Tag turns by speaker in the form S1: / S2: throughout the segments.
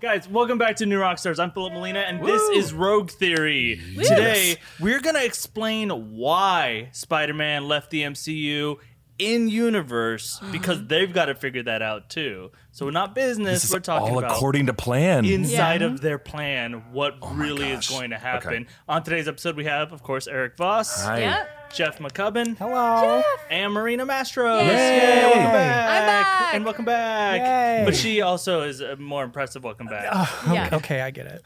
S1: guys, welcome back to New Rockstars. I'm Philip Molina, and this
S2: Woo.
S1: is Rogue Theory. Today, we're going to explain why Spider Man left the MCU in universe because they've got to figure that out too. So, we're not business,
S2: This is
S1: we're talking
S2: all
S1: about
S2: according to plan.
S1: inside
S3: Yeah.
S1: of their plan what really is
S2: gosh.
S1: going to
S2: Okay.
S1: happen. On today's episode, we have, of course, Eric Voss,
S2: Hi.
S3: Yeah.
S1: Jeff McCubbin,
S4: Hello.
S1: and Marina Mastro.
S3: Yay.
S2: Yay.
S1: welcome
S3: I'm back.
S1: And welcome back.
S4: Yay.
S1: But she also is a more impressive welcome back.
S2: Ah,
S3: Yeah.
S4: Okay, I get it.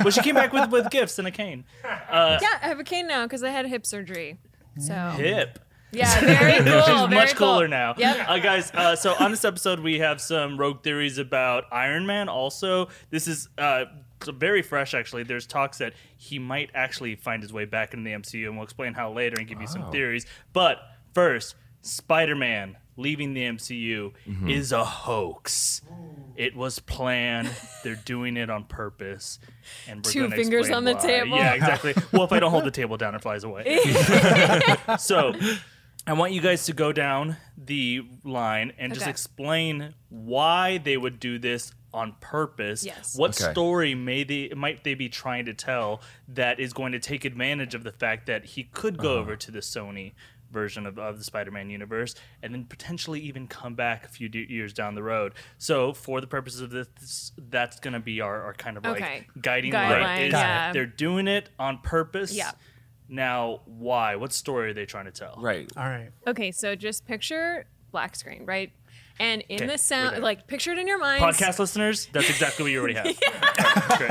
S1: well, she came back with, with gifts and a cane.
S3: Yeah, I have a cane now because I had hip surgery. So
S1: Hip.
S3: yeah, very cool.
S1: She's
S3: Oh, very
S1: much
S3: cool.
S1: cooler now.
S3: Yep.
S1: Uh, guys, uh, so on this episode, we have some rogue theories about Iron Man also. This is uh, very fresh, actually. There's talks that he might actually find his way back into the MCU, and we'll explain how later and give you some theories. But first, Spider Man leaving the MCU is a hoax. It was planned. They're doing it on purpose. And we're
S3: Two
S1: gonna
S3: fingers
S1: explain
S3: on the
S1: why.
S3: table.
S1: Yeah, exactly. Well, if I don't hold the table down, it flies away. so I want you guys to go down the line and just
S3: Okay.
S1: explain why they would do this on purpose.
S3: Yes.
S1: What
S2: Okay.
S1: story may they might they be trying to tell that is going to take advantage of the fact that he could go over to the Sony version of, of the Spider-Man universe and then potentially even come back a few do- years down the road. So for the purposes of this, that's going to be our, our kind of
S3: Okay.
S1: like guiding light.
S3: Guideline,
S1: Is
S3: yeah.
S1: They're doing it on purpose.
S3: Yeah.
S1: Now, why? What story are they trying to tell?
S2: Right.
S4: All right.
S3: Okay, so just picture black screen, right? And
S1: Okay,
S3: in the
S1: we're there.
S3: sound, like picture it in your mind.
S1: Podcast listeners, that's exactly what you already have. Great.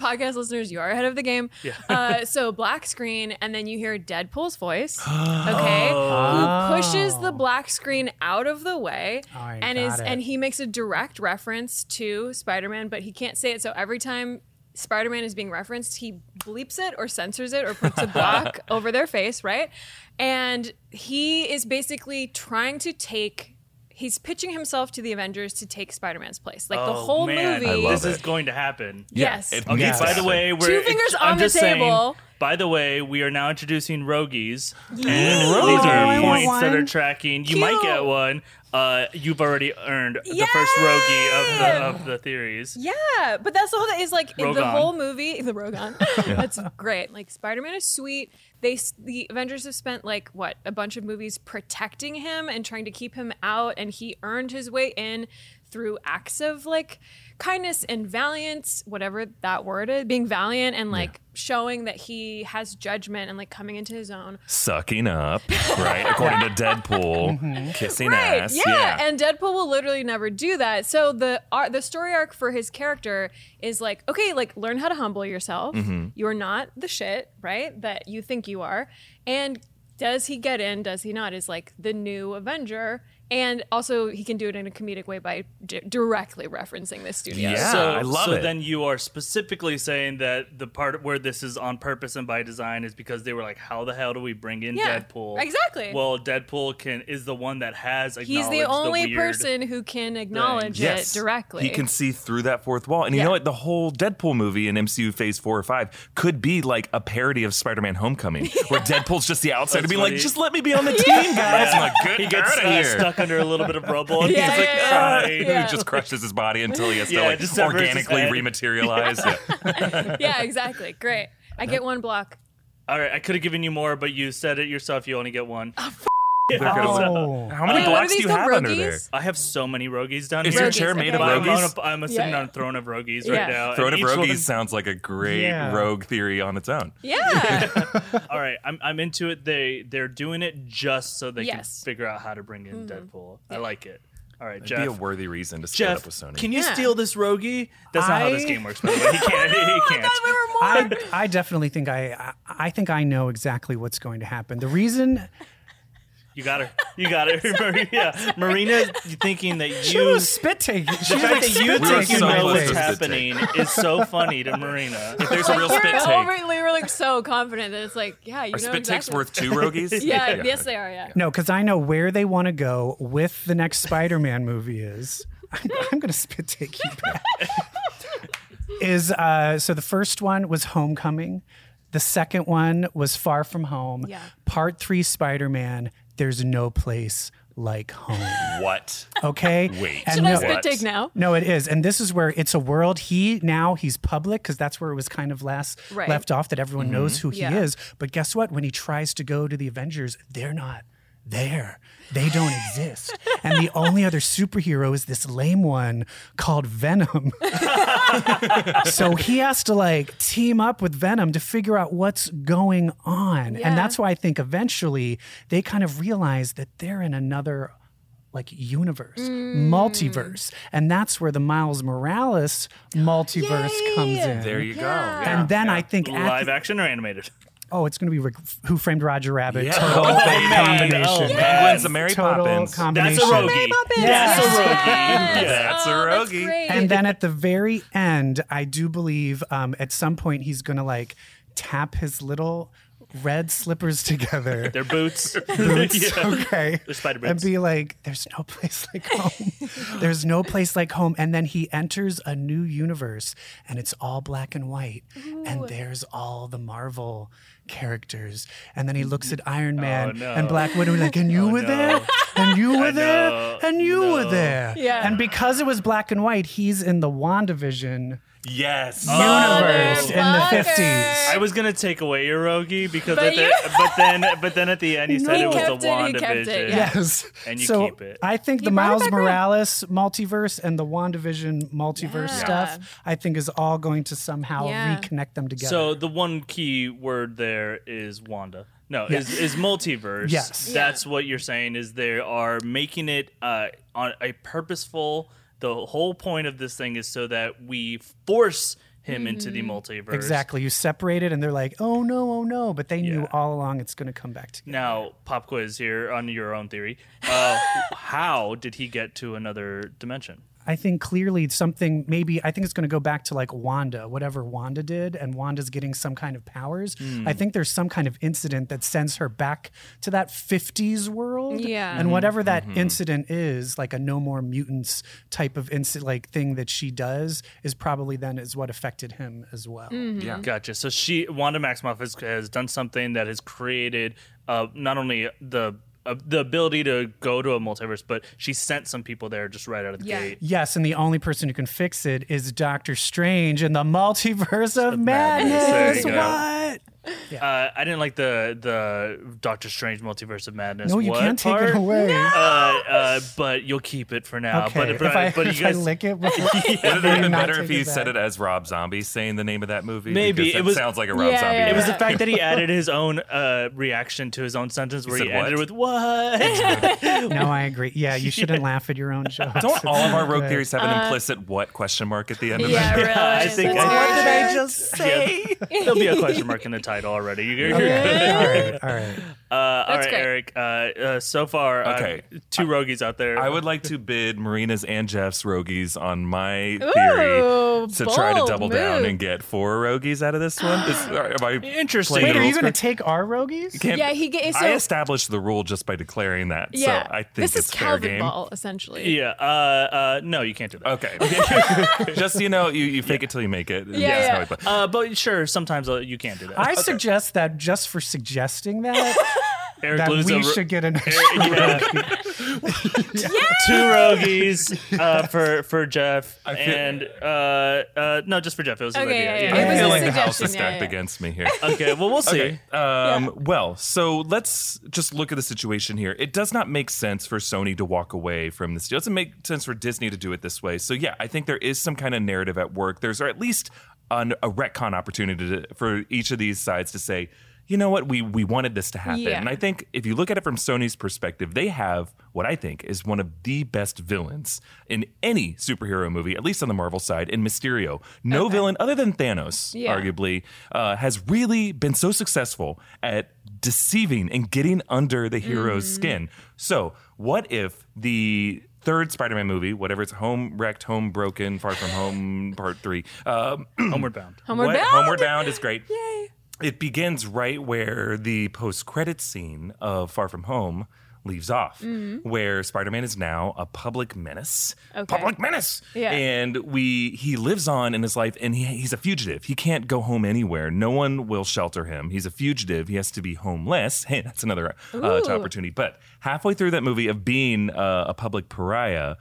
S3: podcast listeners, you are ahead of the game.
S1: Yeah.
S3: Uh, so black screen, and then you hear Deadpool's voice. Okay, who pushes the black screen out of the way,
S4: I
S3: and
S4: got
S3: is
S4: it.
S3: and he makes a direct reference to Spider-Man, but he can't say it. So every time. Spider-Man is being referenced. He bleeps it or censors it or puts a block over their face, right? And he is basically trying to take. He's pitching himself to the Avengers to take Spider-Man's place. Like the
S1: Oh,
S3: whole
S1: man,
S3: movie.
S2: love
S1: This
S2: it.
S1: is going to happen.
S3: Yes.
S2: Yeah, it
S1: Okay,
S2: needs
S1: by
S2: to
S1: the
S2: happen.
S1: way, we're
S3: Two fingers
S1: I'm
S3: on the
S1: just
S3: table.
S1: Saying, by the way, we are now introducing rogies.
S3: Yeah.
S1: These
S4: I
S1: are
S4: want
S1: points that
S4: one.
S1: are tracking. You might get
S3: Cute.
S1: one. Uh, you've already earned the first
S3: Yeah.
S1: rogie of the of the theories.
S3: Yeah, but that's the whole thing. Is like in the
S1: Rogan.
S3: whole movie, the Rogan. That's great. Like Spider Man is sweet. They s- the Avengers have spent like what a bunch of movies protecting him and trying to keep him out, and he earned his way in through acts of like kindness and valiance, whatever that word is, being valiant and like showing that he has judgment and like coming into his own.
S2: Sucking up, right? According to Deadpool,
S1: Mm-hmm.
S2: kissing
S3: Right.
S2: ass.
S3: Yeah. and Deadpool will literally never do that. So the ar- the story arc for his character is like, okay, like learn how to humble yourself.
S2: Mm-hmm.
S3: You're not the shit, right? That you think you are. And does he get in? Does he not? Is like the new Avenger. And also, he can do it in a comedic way by d- directly referencing the studio.
S2: Yeah,
S1: so,
S2: I love
S1: so
S2: it.
S1: then you are specifically saying that the part where this is on purpose and by design is because they were like, how the hell do we bring in
S3: Yeah,
S1: Deadpool?
S3: exactly.
S1: Well, Deadpool can is the one that has acknowledged
S3: He's the only
S1: weird-
S3: person who can acknowledge
S2: Yes.
S3: it directly.
S2: He can see through that fourth wall. And you
S3: Yeah.
S2: know what? The whole Deadpool movie in MCU phase four or five could be like a parody of Spider Man Homecoming, where Deadpool's just the outside and
S1: That's
S2: being
S1: funny.
S2: like, just let me be on the team, guys. I'm like, good,
S1: He gets
S2: out
S1: uh,
S2: here.
S1: stuck under a little bit of rubble and
S3: Yeah,
S1: he's like
S3: yeah, yeah.
S1: crying.
S3: Yeah.
S2: He just crushes his body until he has
S1: Yeah,
S2: to like
S1: just severs his
S2: organically
S1: head.
S2: rematerialize. Yeah.
S3: yeah, exactly. Great. I get one block.
S1: All right, I could have given you more, but you said it yourself. You only get one.
S4: Oh.
S2: How many
S3: Wait, what are
S2: blocks do
S3: these,
S2: you
S3: the
S2: have under there?
S3: Rogies?
S1: I have so many rogies down
S2: Is
S1: here.
S2: your
S3: Rogies,
S2: chair made
S3: okay.
S2: of
S1: I'm, on
S2: rogies?
S1: a, I'm sitting
S3: Yeah.
S1: on a throne of rogies
S3: Yeah.
S1: right now.
S2: Throne of
S1: and Uh, each
S2: Rogies
S1: one-
S2: sounds like a great
S4: Yeah.
S2: rogue theory on its own.
S3: Yeah.
S1: All right, I'm I'm into it. They they're doing it just so they
S3: Yes.
S1: can figure out how to bring in
S4: Mm-hmm.
S1: Deadpool. I like it. All right,
S2: It'd be a
S1: Jeff.
S2: worthy reason to split
S1: Jeff,
S2: up with Sony.
S1: can you
S3: Yeah.
S1: steal this rogie? That's not how this
S4: I- Oh
S1: game works. By the way. He can't. He, can't.
S4: I, I definitely think I, I I think I know exactly what's going to happen. The reason
S1: You got her. You got her. yeah, Marina's thinking that
S4: she
S1: you.
S4: was spit taking,
S1: The
S4: she
S1: fact
S4: was
S1: that you
S2: We were
S4: spit
S1: think you
S4: taking
S2: so
S4: my
S1: know
S2: close
S1: what's
S2: to
S4: leg.
S2: spit take.
S1: happening is so funny to Marina.
S2: if there's a real
S3: You're
S2: spit take,
S3: over- we were like so confident that it's like, yeah, you
S2: are
S3: know
S2: spit takes
S3: exactly.
S2: worth two rogies?
S3: Yeah, yes they are. Yeah.
S4: No, because I know where they want to go with the next Spider-Man movie is. I'm, I'm going to spit take you back. is uh, so the first one was Homecoming, the second one was Far From Home.
S3: Yeah.
S4: Part three Spider-Man. There's no place like home.
S2: What?
S4: Okay.
S2: Wait.
S4: And
S3: Should I
S4: no-
S3: spit
S2: What?
S3: take now?
S4: No, it is, and this is where it's a world. He now he's public because that's where it was kind of last
S3: Right.
S4: left off that everyone knows who
S3: Yeah.
S4: he is. But guess what? When he tries to go to the Avengers, they're not there. They don't exist. And the only other superhero is this lame one called Venom. so he has to like team up with Venom to figure out what's going on.
S3: Yeah.
S4: And that's why I think eventually they kind of realize that they're in another like universe, multiverse. And that's where the Miles Morales multiverse comes in.
S2: There you go.
S3: Yeah.
S2: Yeah.
S4: and then I think at
S1: Live
S4: the-
S1: action or animated?
S4: oh, it's going to be Rick- Who Framed Roger Rabbit?
S2: Yeah.
S4: Total
S2: Oh,
S4: fake
S1: man.
S4: combination.
S1: Oh, man.
S2: Penguins and Mary
S4: Total
S2: Poppins.
S1: That's
S4: combination.
S1: a rogie. That's a
S3: Yes.
S1: rogie. Yeah.
S2: That's a
S3: Oh, that's
S2: rogie.
S3: great.
S4: and then at the very end, I do believe um, at some point he's gonna like tap his little red slippers together.
S1: Their boots.
S4: Boots,
S1: yeah.
S4: okay.
S1: They're spider
S4: And
S1: boots.
S4: be like, there's no place like home. there's no place like home. And then he enters a new universe and it's all black and white. And there's all the Marvel characters. And then he looks at Iron Man
S1: Oh, no. Oh,
S4: and Black Widow and like, and you were
S1: no.
S4: there? And you were
S1: I
S4: there?
S1: know.
S4: And you were
S1: No.
S4: there.
S3: Yeah.
S4: And because it was black and white, he's in the WandaVision
S2: Yes.
S4: universe in the
S3: Motherfucker.
S4: 50s.
S1: I was gonna take away your rogi because
S3: But
S1: at the,
S3: you-
S1: but then but then at the end he said
S3: He
S1: it was
S3: kept
S1: the
S3: it, he kept it,
S1: WandaVision.
S3: yeah.
S4: Yes.
S1: And you
S4: so
S1: keep it.
S4: I think the
S3: brought it
S4: Miles
S3: back around.
S4: Morales multiverse and the WandaVision multiverse
S3: Yeah.
S4: stuff, I think, is all going to somehow
S3: Yeah.
S4: reconnect them together.
S1: So the one key word there is Wanda. No, is is multiverse.
S4: Yes.
S1: that's what you're saying. Is they are making it uh, on a purposeful. The whole point of this thing is so that we force him into
S3: Mm-hmm.
S1: the multiverse.
S4: exactly. You separate it and they're like, oh no, oh no. But they knew
S1: Yeah.
S4: all along it's going to come back together.
S1: Now, pop quiz here on your own theory. Uh, how did he get to another dimension?
S4: I think clearly something maybe I think it's going to go back to like Wanda, whatever Wanda did, and Wanda's getting some kind of powers.
S1: Hmm.
S4: I think there's some kind of incident that sends her back to that 50s world.
S3: Yeah.
S4: And whatever that
S1: Mm-hmm.
S4: incident is, like a no more mutants type of incident, like thing that she does, is probably then is what affected him as well.
S2: Yeah.
S1: Gotcha. So she Wanda Maximoff has, has done something that has created uh, not only the uh, the ability to go to a multiverse, but she sent some people there just right out of the
S3: Yeah.
S1: gate.
S4: Yes, and the only person who can fix it is Doctor Strange in the multiverse of madness.
S1: madness. There you go.
S4: What?
S1: Uh, I didn't like the the Doctor Strange multiverse of madness.
S4: No, you
S1: what
S4: can't take
S1: part?
S4: it away.
S1: Uh, uh, but you'll keep it for now.
S4: Okay,
S1: Uh, but but,
S4: if I,
S1: but
S4: if
S1: you
S4: I
S1: guys,
S4: lick it, before,
S2: Would it have been
S4: not
S2: better if
S4: take
S2: he
S4: it
S2: said it
S4: back.
S2: as Rob Zombie saying the name of that movie?
S1: Maybe.
S2: Because
S1: It
S2: that
S1: was-
S2: sound sounds like a Rob
S3: Yeah,
S2: Zombie.
S3: yeah,
S1: it was the
S3: Yeah.
S1: fact that he added his own uh, reaction to his own sentence, where he,
S2: said,
S1: ended with
S2: "What?"
S1: "What?"
S4: No, I agree. Yeah, you shouldn't laugh at your own jokes.
S2: Don't all of our rogue theories have an implicit what question mark at the end of
S3: Uh, yeah,
S2: it?
S3: really.
S1: Uh, I think
S3: That's
S1: I-
S3: very
S1: What
S3: true.
S4: just
S1: There'll be a question mark in the title already. You're, you're good.
S4: all right, all right.
S1: Uh, all
S3: That's
S1: right,
S3: great.
S1: Eric. Uh, uh, so far,
S2: Okay.
S1: uh, two rogies out there.
S2: I would like to bid Marina's and Jeff's rogies on my
S3: Ooh,
S2: theory to try to
S3: bold
S2: double down
S3: move.
S2: and get four rogies out of this one. Is, are- am I
S1: Interesting.
S2: playing
S4: Wait,
S2: the
S4: are you
S2: rules
S4: going to
S2: correct?
S4: take our rogies?
S2: Can't-
S3: Yeah, he get- so-
S2: I established the rule just by declaring that.
S3: Yeah,
S2: So I think
S3: this
S2: it's
S3: is
S2: fair
S3: Calvin
S2: game.
S3: Ball essentially.
S1: Yeah. Uh, uh, no, you can't do that.
S2: Okay. just so you know, you, you fake it till you make it. Yeah.
S3: yeah.
S1: Uh, but sure, sometimes uh, you can do that.
S4: I suggest that just for suggesting that,
S1: Eric
S4: that
S1: Lewis,
S4: we
S1: a ro-
S4: should get an
S1: Yeah. Two rogies uh, for for Jeff
S2: I feel-
S1: and uh, uh, no, just for Jeff. It was his
S3: Okay,
S1: idea.
S3: yeah,
S1: Yeah.
S3: yeah, It
S2: I'm
S3: was a
S2: feeling the house
S3: suggestion,
S2: is
S3: yeah,
S2: stacked
S3: yeah.
S2: against me here.
S1: Okay. Well, we'll see.
S2: Okay. Um, Well, so let's just look at the situation here. It does not make sense for Sony to walk away from this deal. It doesn't make sense for Disney to do it this way. So, yeah, I think there is some kind of narrative at work. There's at least an, a retcon opportunity to, for each of these sides to say, you know what, we, we wanted this to happen.
S3: Yeah.
S2: And I think if you look at it from Sony's perspective, they have what I think is one of the best villains in any superhero movie, at least on the Marvel side, in Mysterio. No villain other than Thanos,
S3: Yeah.
S2: arguably arguably, uh, has really been so successful at deceiving and getting under the hero's
S3: Mm-hmm.
S2: skin. So, what if the third Spider-Man movie, whatever it's home wrecked, home broken, far from home, part three, um,
S1: Homeward bound.
S3: Homeward
S2: what-
S3: Bound.
S2: Homeward Bound is great. It begins right where the post-credit scene of Far From Home leaves off, where Spider Man is now a public menace.
S3: Mm-hmm. Okay.
S2: Public menace.
S3: Yeah.
S2: And we he lives on in his life, and he, he's a fugitive. He can't go home anywhere. No one will shelter him. He's a fugitive. He has to be homeless. Hey, that's another uh,
S3: Ooh.
S2: top opportunity. But halfway through that movie of being uh, a public pariah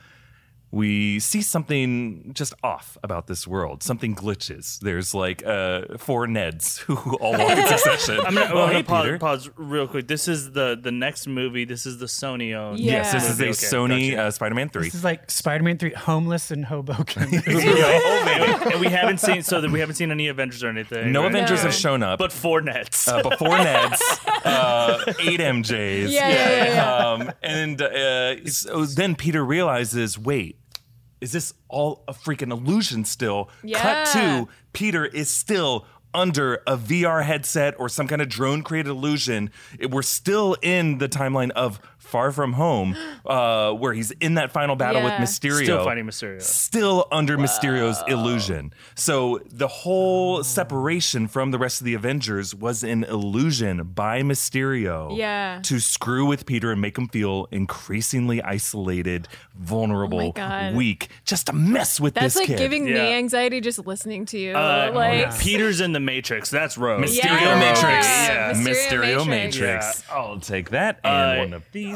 S2: we see something just off about this world. Something glitches. There's like uh, four Neds who all walk in succession.
S1: I'm gonna,
S2: Oh,
S1: I'm
S2: hey,
S1: gonna
S2: Peter.
S1: pause, pause real quick. This is the the next movie. This is the Sony owned.
S3: Yeah.
S2: Yes, this is a
S1: Okay,
S2: Sony
S1: gotcha.
S2: uh, Spider-Man three.
S4: This is like Spider-Man three, homeless in Hoboken.
S1: Oh, and we haven't seen so that we haven't seen any Avengers or anything.
S2: No
S1: right? Oh,
S2: Avengers
S3: No.
S2: have shown up,
S1: but four nets.
S2: uh, but four Neds, uh, eight MJs.
S3: Yeah, yeah, yeah, yeah.
S2: Um, and uh, so then Peter realizes, wait, is this all a freaking illusion still? Cut
S3: Yeah.
S2: to Peter is still under a VR headset or some kind of drone created illusion. It- we're still in the timeline of Far From Home, uh, where he's in that final battle
S3: Yeah.
S2: with Mysterio.
S1: Still fighting Mysterio.
S2: Still under Mysterio's illusion. So the whole separation from the rest of the Avengers was an illusion by Mysterio
S3: Yeah.
S2: to screw with Peter and make him feel increasingly isolated, vulnerable,
S3: Oh God.
S2: weak, just to mess with
S3: That's
S2: this
S3: like
S2: kid.
S3: giving me
S1: Yeah.
S3: anxiety just listening to you.
S1: Uh,
S3: Oh, like,
S1: Peter's in the Matrix. That's Rose.
S2: Mysterio
S3: Yeah.
S2: Matrix.
S3: Yeah. Mysterio
S2: Mysterio
S3: Matrix.
S2: Matrix. I'll take that and
S1: Uh,
S2: one of these.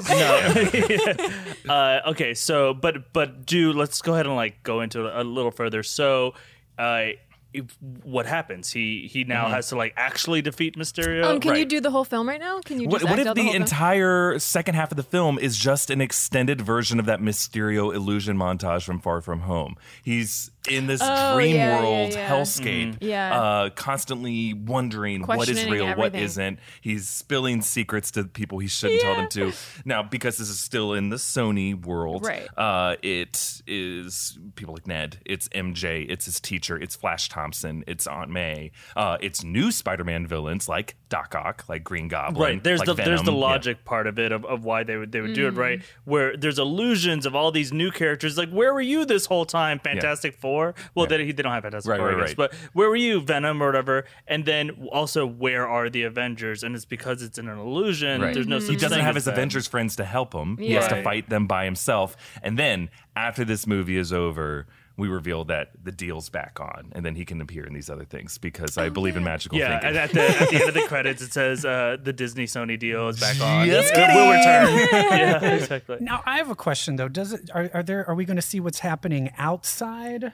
S1: uh, okay, so but but do let's go ahead and like go into it a little further. So, uh, if- what happens? He he now
S2: Mm-hmm.
S1: has to like actually defeat Mysterio.
S3: um, can you
S2: right.
S3: do the whole film right now? Can you
S2: What,
S3: just
S2: what
S3: act
S2: if the,
S3: out whole film?
S2: entire second half of the film is just an extended version of that Mysterio illusion montage from Far From Home? He's in this
S3: Oh,
S2: dream
S3: yeah, yeah,
S2: world
S3: yeah. Mm-hmm.
S2: hellscape,
S3: Yeah.
S2: uh, constantly wondering what is
S3: Questioning
S2: real, what
S3: everything.
S2: isn't. He's spilling secrets to people he shouldn't tell them to. Now, because this is still in the Sony world,
S3: Right.
S2: uh, it is people like Ned, it's MJ, it's his teacher, it's Flash Thompson, it's Aunt May, uh, it's new Spider-Man villains like Doc Ock, like Green Goblin
S1: right there's
S2: like
S1: the there's the
S2: Venom. Yeah.
S1: logic part of it of, of why they would they would do it right where there's illusions of all these new characters like where were you this whole time fantastic four well they, they don't have fantastic
S2: Right,
S1: four I
S2: right,
S1: guess,
S2: right.
S1: but where were you venom or whatever and then also where are the avengers and it's because it's in an illusion
S2: Right.
S1: there's no such
S2: He doesn't
S1: thing
S2: have
S1: as
S2: his
S1: that.
S2: Avengers friends to help him. He has to
S1: Mm-hmm. Right.
S2: fight them by himself. And then after this movie is over, we reveal that the deal's back on, and then he can appear in these other things because I believe in magical
S1: yeah and
S2: thinking.
S1: at the, at the end of the credits it says uh, the disney sony deal is back on
S2: Yes,
S1: It will return yeah exactly
S4: now I have a question though. Does it are, are there are we going to see what's happening outside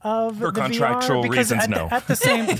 S4: of
S2: For
S4: the
S2: contractual
S4: VR? Because
S2: reasons,
S4: at
S2: no.
S4: The, at the same,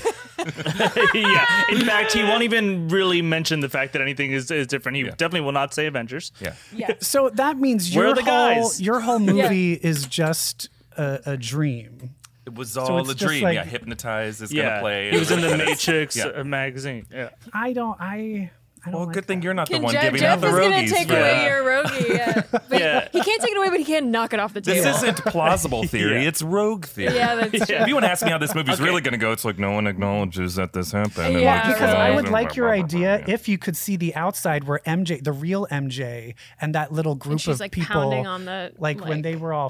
S1: yeah. In fact, he won't even really mention the fact that anything is, is different. He definitely will not say Avengers.
S2: yeah.
S3: Yeah.
S4: so that means
S1: Where
S4: your
S1: are the
S4: whole
S1: guys?
S4: your whole movie is just a, a dream.
S2: It was all
S4: it's
S2: a
S4: just
S2: dream.
S4: like-
S2: yeah, hypnotized is
S1: Yeah.
S2: gonna play.
S1: He was in the
S2: And it's-
S1: Matrix
S2: Yeah.
S1: uh, magazine. Yeah.
S4: I don't. I. I don't
S2: Well,
S4: like
S2: good thing
S4: that.
S2: you're not the
S3: Can
S2: one
S3: Jeff,
S2: giving
S3: Jeff
S2: out the
S3: is going
S2: roadies.
S3: to take
S2: for
S3: away
S2: that.
S3: your rogie. Yeah. But
S1: Yeah.
S3: He can't take it away, but he can knock it off the table.
S2: This isn't plausible theory.
S1: Yeah.
S2: It's rogue theory.
S3: yeah, that's true.
S2: If you want to ask me how this movie's really going to go, it's like no one acknowledges that this happened. and
S3: Yeah,
S2: like,
S4: Because
S3: right.
S4: I
S3: Yeah.
S4: would like your idea
S2: Yeah.
S4: if you could see the outside where MJ, the real MJ, and that little group
S3: she's,
S4: of
S3: like,
S4: people,
S3: pounding on the,
S4: like, when
S3: like-
S4: they were all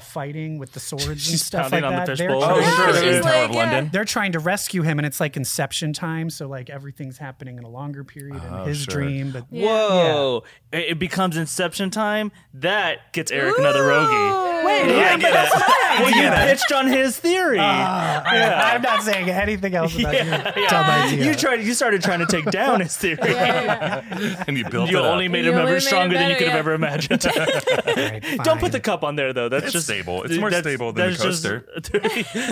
S4: fighting with the swords and
S1: She's
S4: stuff like
S1: pounding on the
S4: that. they're,
S1: fishbowl. Oh.
S2: Oh,
S4: trying,
S3: Yeah,
S2: sure.
S3: she's
S2: Tower
S3: like,
S2: of
S3: yeah.
S2: London.
S4: they're trying to rescue him, and it's like Inception time, so like everything's happening in a longer period in
S1: Oh,
S4: his
S2: sure.
S4: dream. But
S1: Whoa. It, it becomes Inception time. That gets Eric another rogie.
S4: wait,
S1: Yeah, yeah. well, you
S4: idea.
S1: pitched on his theory.
S3: Ah,
S4: I, am not saying anything else about your
S1: Yeah.
S4: dumb idea.
S1: You tried. You started trying to take down his theory.
S2: and you built
S1: You
S2: it
S1: only
S2: up.
S1: made
S3: You
S1: him ever
S3: only made him
S1: stronger than you
S3: better,
S1: could have
S3: yeah.
S1: ever imagined.
S4: Right,
S1: Don't put the
S4: fine.
S1: cup on there though. That's
S2: It's
S1: just
S2: stable. It's more
S1: that's-
S2: stable than a
S1: that's just-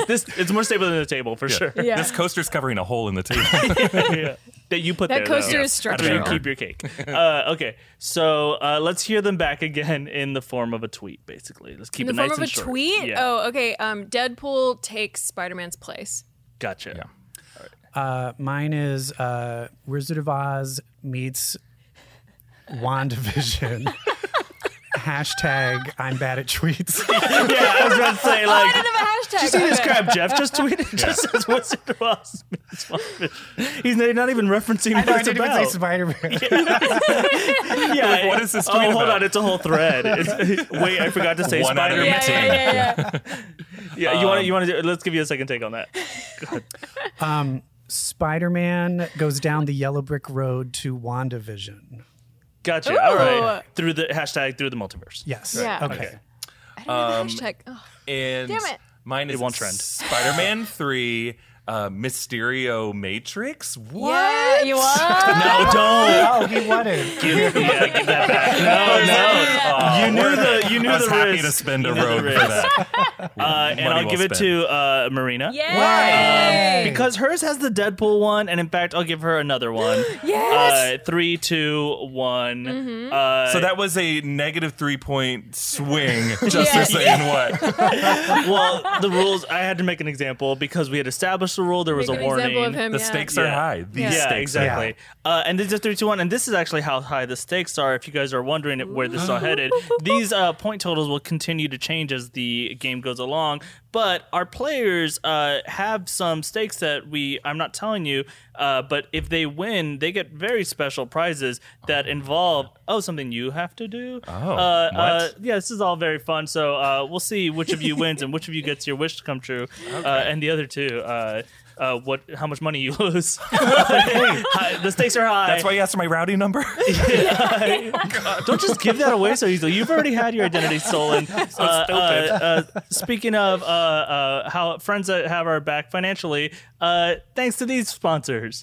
S1: this it's more stable than the table for sure.
S3: Yeah.
S2: This coaster's covering a hole in the table.
S1: Yeah. That you put there,
S3: That coaster
S1: though.
S3: is
S1: That's where you
S3: structural.
S1: keep your cake. Uh, okay, so uh, let's hear them back again in the form of a tweet. Basically, let's keep
S3: In the
S1: it nice
S3: form of
S1: and
S3: a
S1: short.
S3: tweet?
S1: Yeah.
S3: Oh, okay. Um, Deadpool takes Spider Man's place.
S1: gotcha.
S2: Yeah.
S4: Uh, mine is uh, Wizard of Oz meets WandaVision. Hashtag I'm bad at tweets.
S1: Yeah, I was about to
S3: Oh,
S1: say like.
S3: Kind of a hashtag.
S1: Did you see this
S3: Okay.
S1: crap Jeff just tweeted? Just says Wizard of Oz. meets WandaVision. He's not even referencing what it's
S4: I didn't even say
S1: about.
S4: Spider Man.
S1: Yeah,
S2: what is this
S1: Oh,
S2: tweet
S1: hold
S2: about?
S1: on, it's a whole throad. It's- wait, I forgot to say
S2: One out of Um,
S1: Spider-Man.
S3: Yeah, yeah, yeah, yeah.
S1: Yeah, you want to? You want to? Let's give you a second take on that.
S4: Spider Man goes down the yellow brick road to WandaVision.
S1: Gotcha. All right. Through the hashtag through the multiverse.
S4: Yes.
S3: Yeah.
S4: Okay.
S1: Okay.
S3: I
S1: Um,
S3: don't know the hashtag. Oh.
S2: And
S3: Damn it.
S2: mine is
S1: It won't trend.
S2: Spider Man 3 uh, Mysterio Matrix. What?
S3: Yeah, you are.
S1: No, don't.
S4: Oh, he wanted.
S1: yeah, give that back. No, no. you knew the you knew
S2: I was
S1: the
S2: happy
S1: risk.
S2: to spend a
S1: You knew the
S2: rogue for
S1: risk.
S2: that.
S1: Uh, and
S2: Money
S1: I'll
S2: well
S1: give it
S2: spent.
S1: to uh, Marina.
S3: Yay!
S4: Hey.
S1: Because hers has the Deadpool one, and in fact, I'll give her another one.
S3: Yes! Mm-hmm.
S1: Uh, three, two, one. Uh,
S2: So that was a negative three point swing just
S3: Yeah.
S2: for saying what?
S1: well, the rules. I had to make an example because we had established the rule. There was
S3: Make
S1: a
S3: an
S1: warning.
S3: example of him.
S2: The
S3: yeah.
S2: stakes are
S1: Yeah.
S2: high. These
S3: Yeah.
S2: stakes
S1: Yeah,
S2: are high.
S1: exactly. Uh, and this is three, two, one, and this is actually how high the stakes are. If you guys are wondering where this is all headed, these uh, point totals will continue to change as the game goes along. But our players uh, have some stakes that we I'm not telling you. Uh, but if they win, they get very special prizes that involve oh something you have to do. Oh, uh,
S2: what?
S1: uh, yeah, this is all very fun. So uh, we'll see which of you wins and which of you gets your wish to come true, uh, and the other two. Uh, uh, what? How much money you lose? Hi, the stakes are high.
S2: That's why you asked for my rowdy number.
S1: Don't just give that away so easily. You've already had your identity stolen. Uh, uh, uh, speaking of uh, uh, how friends that have our back financially, uh, thanks to these sponsors.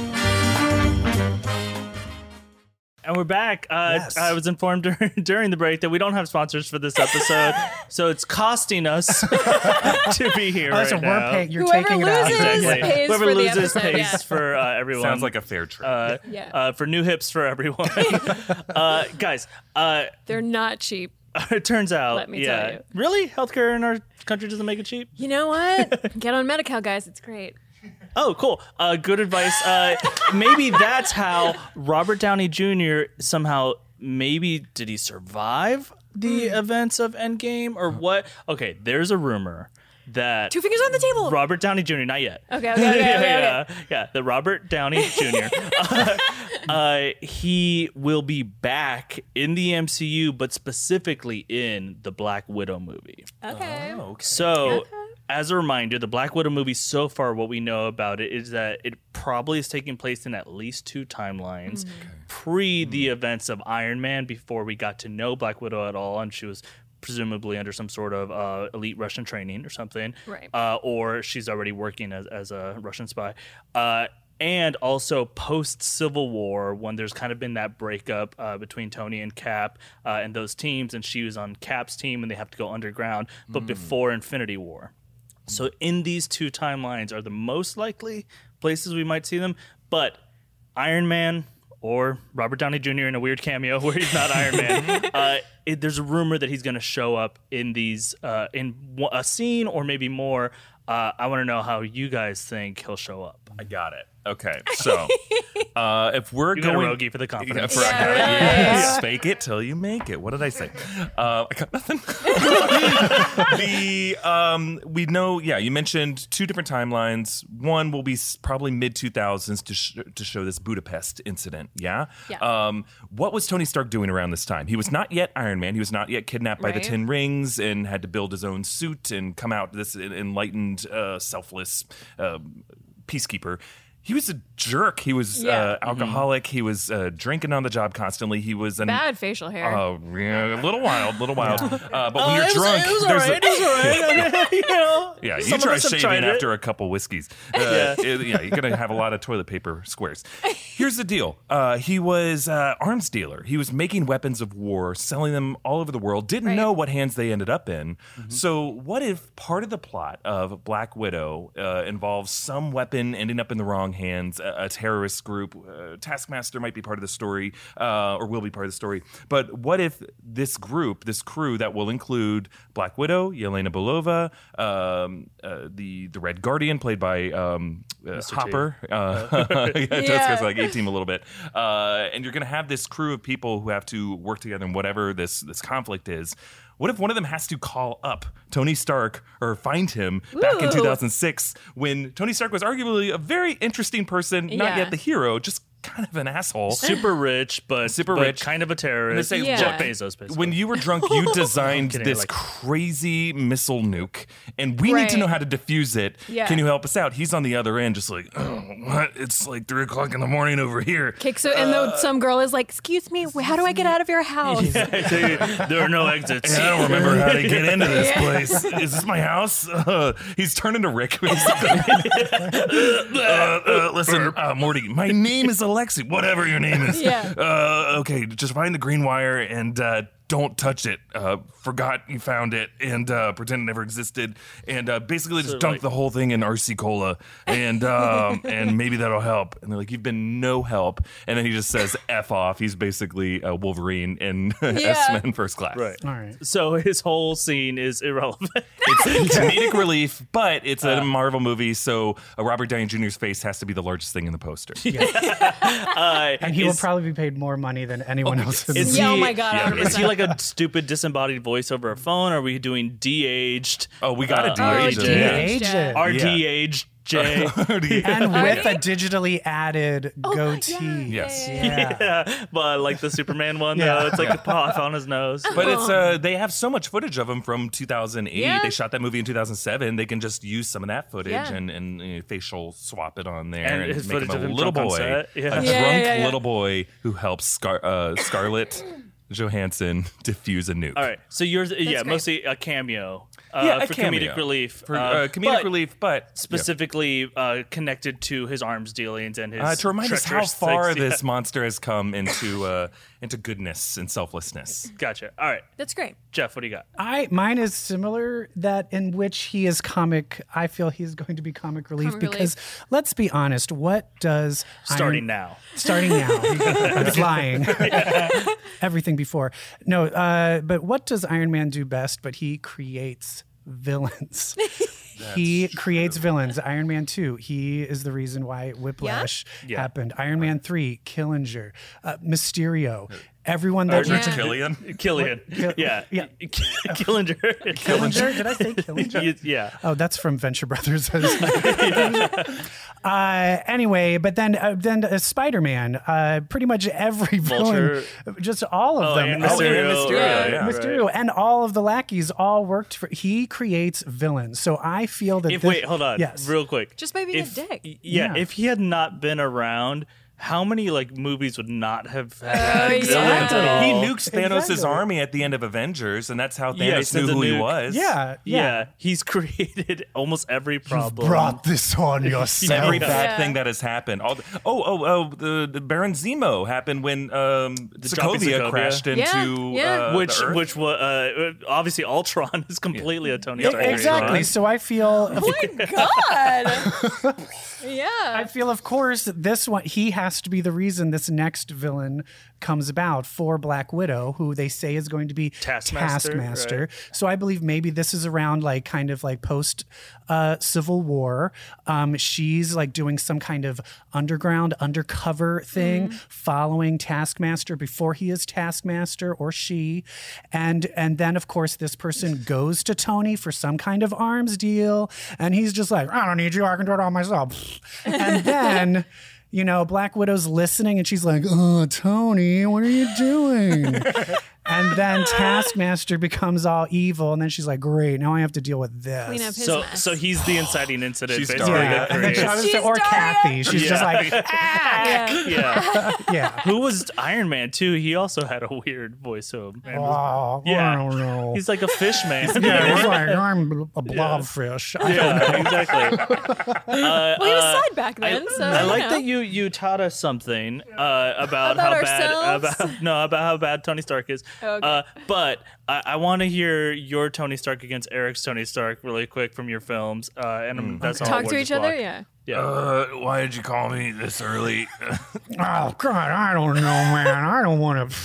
S1: And we're back. Uh,
S4: Yes.
S1: I was informed during, during the break that we don't have sponsors for this episode, so it's costing us to be here.
S4: Oh, so
S1: right
S4: we're
S1: now.
S4: paying. You're
S3: Whoever
S4: taking it out.
S3: loses-
S1: Exactly.
S3: pays
S1: Whoever
S3: for the
S1: loses
S3: episode,
S1: pays
S3: yeah.
S1: for uh, everyone.
S2: Sounds like a fair trade.
S1: uh,
S3: Yeah.
S1: uh, for new hips for everyone. uh, guys, uh,
S3: They're not cheap.
S1: it turns out,
S3: Let me
S1: yeah,
S3: tell you.
S1: really, healthcare in our country doesn't make it cheap.
S3: You know what? Get on Medi-Cal, guys. It's great.
S1: Oh, cool. Uh, good advice. Uh, maybe that's how Robert Downey Jr. somehow. Maybe did he survive the
S3: Hmm.
S1: events of Endgame or what? Okay, there's a rumor that
S3: Two fingers on the table.
S1: Robert Downey Jr. Not yet.
S3: Okay, okay, okay,
S1: yeah,
S3: okay,
S1: yeah, yeah. The Robert Downey Jr. uh, uh, he will be back in the MCU, but specifically in the Black Widow movie.
S3: Okay.
S1: So, as a reminder, the Black Widow movie so far, what we know about it is that it probably is taking place in at least two timelines pre the events of Iron Man, before we got to know Black Widow at all, and she was presumably under some sort of uh, elite Russian training or something,
S3: Right.
S1: Uh, or she's already working as, as a Russian spy. Uh, and also post Civil War, when there's kind of been that breakup uh, between Tony and Cap uh, and those teams, and she was on Cap's team and they have to go underground, but before Infinity War. So, in these two timelines are the most likely places we might see them, but Iron Man or Robert Downey Jr. in a weird cameo where he's not Iron Man. uh, it, there's a rumor that he's going to show up in these uh, in w- a scene or maybe more. Uh, I want to know how you guys think he'll show up.
S2: I got it. Okay, so uh, if we're
S1: You got
S2: going
S1: Rogi for the confidence.
S2: Yeah, for-
S3: Yeah,
S2: I got it.
S3: really.
S2: Yes. Fake it till you make it. What did I say? Uh, I got nothing. the um, we know. Yeah, you mentioned two different timelines. One will be s- probably mid two thousands to sh- to show this Budapest incident. Yeah.
S3: Yeah.
S2: Um, what was Tony Stark doing around this time? He was not yet Iron Man. He was not yet kidnapped by the
S3: Right.
S2: Tin Rings and had to build his own suit and come out this en- enlightened, uh, selfless. Uh, peacekeeper. He was a jerk. He was uh,
S3: Yeah.
S1: Mm-hmm.
S2: alcoholic. He was uh, drinking on the job constantly. He was an
S3: Bad facial hair.
S1: Uh,
S2: Oh, yeah, a little wild, little wild. Uh, but when
S1: Oh, it
S2: you're
S1: was-
S2: drunk,
S1: it was
S2: there's
S1: alright,
S2: a,
S1: it was alright. you know,
S2: yeah, you
S1: some of
S2: try
S1: us have
S2: shaving
S1: tried it.
S2: after a couple whiskeys. Uh, yeah. yeah, you're gonna have a lot of toilet paper squares. Here's the deal: uh, he was uh, arms dealer. He was making weapons of war, selling them all over the world. Didn't
S3: Right.
S2: know what hands they ended up in. So, what if part of the plot of Black Widow uh, involves some weapon ending up in the wrong Strong Hands, a, a terrorist group. Uh, Taskmaster might be part of the story, uh, or will be part of the story. But what if this group, this crew that will include Black Widow, Yelena Belova, um, uh, the the Red Guardian, played by um, uh,
S1: T.
S2: Hopper. Uh, yeah,
S3: Yeah.
S2: Jessica's like a team a little bit, uh, and you're going to have this crew of people who have to work together in whatever this this conflict is. What if one of them has to call up Tony Stark or find him back in
S3: Ooh.
S2: 2006 when Tony Stark was arguably a very interesting person, not
S3: Yeah.
S2: yet the hero, just kind of an asshole.
S1: Super rich, but
S2: Super
S1: but
S2: rich.
S1: kind of a
S2: And they
S1: terrorist.
S2: say,
S3: Yeah.
S1: Jeff
S2: "Look,
S1: Bezos, basically.
S2: When you were drunk, you designed
S1: kidding, I
S2: this
S1: like-
S2: crazy missile nuke, and we need to
S3: Right.
S2: know how to defuse it.
S3: Yeah.
S2: Can you help us out? He's on the other end, just like, oh, what? It's like three o'clock in the morning over here.
S3: Kicks it,
S1: uh,
S3: and though some girl is like, "Excuse me, how do I get out of your house?"
S1: I tell you, there are no exits.
S2: I don't remember how to get into this place. Is this my house? Uh, he's turning to Rick. Uh, uh, listen, uh, Morty, my name is Alexi, whatever your name is.
S3: Yeah.
S2: Uh, okay, just find the green wire and uh, don't touch it. Uh, forgot you found it and uh, pretend it never existed. And uh, basically just dunk
S1: like-
S2: the whole thing in RC Cola and um, and maybe that'll help. And they're like, you've been no help. And then he just says F off. He's basically uh, Wolverine in S-Men First Class. Right.
S4: All right.
S1: So his whole scene is irrelevant.
S2: It's comedic relief, but it's
S1: Uh.
S2: a Marvel movie, so uh, Robert Downey Jr.'s face has to be the largest thing in the poster.
S1: Uh,
S4: And he will
S1: is-
S4: probably be paid more money than anyone else in the
S1: Is
S4: movie.
S3: Yeah,
S1: he,
S3: oh my God,
S2: Yeah.
S3: 100%.
S1: Is he like a stupid disembodied voice over a phone? Are we doing de-aged?
S2: Oh, we got
S1: Uh,
S2: a de-age
S3: oh,
S2: him, yeah.
S3: de-age.
S4: Aged
S3: Yeah.
S4: it.
S1: Our
S2: Yeah.
S1: de-aged Jay.
S4: And with
S3: Alright.
S4: a digitally added
S3: Oh
S4: goatee.
S2: Yes.
S3: Yeah, yeah, yeah.
S4: Yeah.
S1: yeah, but like the Superman one,
S4: Yeah.
S1: though, it's like a puff on his nose.
S2: But it's uh, they have so much footage of him from 2008.
S3: Yeah.
S2: They shot that movie in 2007. They can just use some of that footage
S3: Yeah.
S2: and, and you know, facial swap it on there
S1: And
S2: and,
S1: his
S2: make him
S1: footage
S2: a
S1: of him
S2: little
S1: drunk on
S2: boy,
S1: set. Yeah.
S2: a
S1: Yeah,
S2: drunk
S3: yeah, yeah.
S2: little boy who helps Scar- uh, Scarlett Johansson defuse a nuke.
S1: All right, so yours, yeah,
S3: great.
S1: mostly a cameo. Uh,
S2: Yeah, a
S1: for
S2: cameo.
S1: comedic relief.
S2: For,
S1: uh,
S2: uh, comedic
S1: but
S2: relief, but Yeah.
S1: Specifically uh, connected to his arms dealings and his.
S2: uh, to remind us how
S1: treacherous
S2: far
S1: things. Yeah.
S2: this monster has come into uh, into goodness and selflessness.
S1: Gotcha. All right,
S3: That's great.
S1: Jeff, what do you got?
S4: I mine is similar that in which he is comic. I feel he's going to be comic relief
S3: Comic
S4: because let's be honest. What does
S1: Starting
S4: Iron-
S1: now.
S4: Starting now, I was lying. Everything before, no. Uh, but what does Iron Man do best? But he creates villains. he creates villains. Iron Man two. He is the reason why Whiplash
S1: Yeah.
S4: happened. Iron Man three. Killinger, uh, Mysterio. Everyone that
S1: Richard
S3: Yeah.
S2: Killian.
S1: Killian.
S4: Kill-
S1: yeah.
S4: yeah.
S1: Killinger.
S4: Killinger. Did I say Killinger?
S1: You- yeah.
S4: Oh, that's from Venture Brothers. uh, anyway, but then uh, then uh, Spider Man, uh, pretty much every villain,
S1: Vulture.
S4: just all of
S1: Oh,
S4: them,
S1: and
S4: all-
S1: Mysterio.
S2: and Mysterio,
S1: right,
S2: yeah.
S1: right.
S4: Mysterio, and all of the lackeys all worked for. He creates villains, so I feel that.
S1: If
S4: this-
S1: wait, hold on.
S4: Yes,
S1: Real quick.
S3: Just by being a
S1: If-
S3: dick.
S1: y- Yeah,
S4: Yeah.
S1: If he had not been around, how many like movies would not have had
S3: Oh,
S1: villains
S3: yeah.
S1: at
S2: He
S1: all?
S2: nukes Thanos'
S4: Exactly.
S2: army at the end of Avengers, and that's how Thanos
S1: Yeah, he
S2: knew
S1: sends a
S2: who he
S1: nuke.
S2: was.
S4: yeah,
S1: Yeah.
S4: yeah.
S1: He's created almost every problem.
S4: Brought this on
S2: Every
S4: yourself.
S2: bad
S3: Yeah.
S2: thing that has happened. All the, oh, oh, oh! The, the Baron Zemo happened when um,
S1: drop in
S2: Sokovia
S1: Sokovia.
S2: crashed into
S3: Yeah, yeah.
S2: Uh,
S1: which
S2: the Earth.
S1: which was uh, obviously Ultron is completely a Tony Stark.
S4: E, exactly. So I feel
S3: Oh my god. yeah.
S4: I feel, of course, that this one he has to be the reason this next villain comes about for Black Widow, who they say is going to be
S1: Taskmaster,
S4: Taskmaster. So I believe maybe this is around like kind of like post uh, Civil War. Um, she's like doing some kind of underground, undercover thing, following Taskmaster before he is Taskmaster or she, and and then of course this person goes to Tony for some kind of arms deal, and he's just like, I don't need you, I can do it all myself. And then. You know, Black Widow's listening and she's like, Oh, Tony, what are you doing? And then Taskmaster becomes all evil, and then she's like, "Great, now I have to deal with this."
S3: Clean up his
S1: So
S3: mess.
S1: so he's the inciting incident
S2: She's
S1: basically.
S2: dark.
S1: that
S4: yeah, and then
S1: creates-
S4: Travis-
S3: She's
S4: or
S3: Daria.
S4: Kathy, she's just like,
S3: yeah.
S1: yeah.
S4: "Yeah,
S1: Who was Iron Man too? He also had a weird voice to him.
S4: oh, I don't
S1: Yeah.
S4: know."
S1: He's like a fish man.
S4: yeah, he's like, "I'm a blobfish." I don't
S1: Yeah, exactly. Uh,
S3: Well, he was
S1: uh,
S3: sad back then, so
S1: I
S3: you
S1: like
S3: know.
S1: that you you taught us something uh, about,
S3: About
S1: how
S3: ourselves?
S1: bad about no about how bad Tony Stark is.
S3: Okay.
S1: Uh, but I, I want to hear your Tony Stark against Eric's Tony Stark really quick from your films, uh, and I'm- that's all.
S3: Talk
S1: we'll
S3: to
S1: just
S3: each other,
S1: walk.
S3: yeah.
S1: Yeah.
S2: Uh, why did you call me this early?
S4: Oh God, I don't know, man. I don't want to.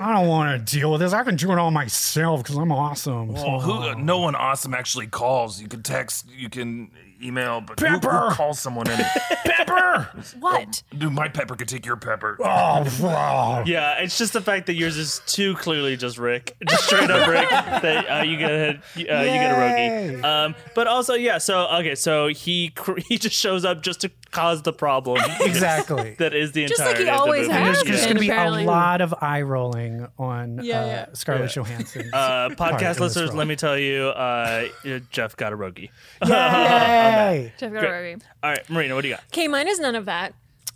S4: I don't want to deal with this. I can do it all myself because I'm awesome.
S2: Well,
S1: Oh.
S2: who? No one awesome actually calls. You can text, you can email, but who, who
S4: Pepper!
S2: calls someone in?
S4: Pepper.
S1: Oh.
S3: What?
S2: Dude, my pepper could take your pepper.
S4: Oh, wow.
S1: Yeah, it's just the fact that yours is too clearly just Rick, just straight up Rick. That uh, you get a uh, you get a
S4: Yay.
S1: rogi. Um, but also, yeah. So okay, so he cr- he just shows up just to cause the problem.
S4: Exactly.
S1: that is the
S3: Just like
S1: entirety
S3: he always
S1: of the movie.
S3: has
S4: There's just
S3: Yeah.
S4: going to be
S3: Apparently.
S4: a lot of eye rolling on
S3: Yeah,
S4: uh,
S3: yeah.
S4: Scarlett Johansson.
S1: Uh,
S4: Part in
S1: podcast
S4: this
S1: listeners,
S4: role.
S1: let me tell you, uh, Jeff got a rogi.
S4: Yay!
S3: Jeff Goldberg.
S1: All right, Marina, what do you got?
S3: Okay, mine is none of that.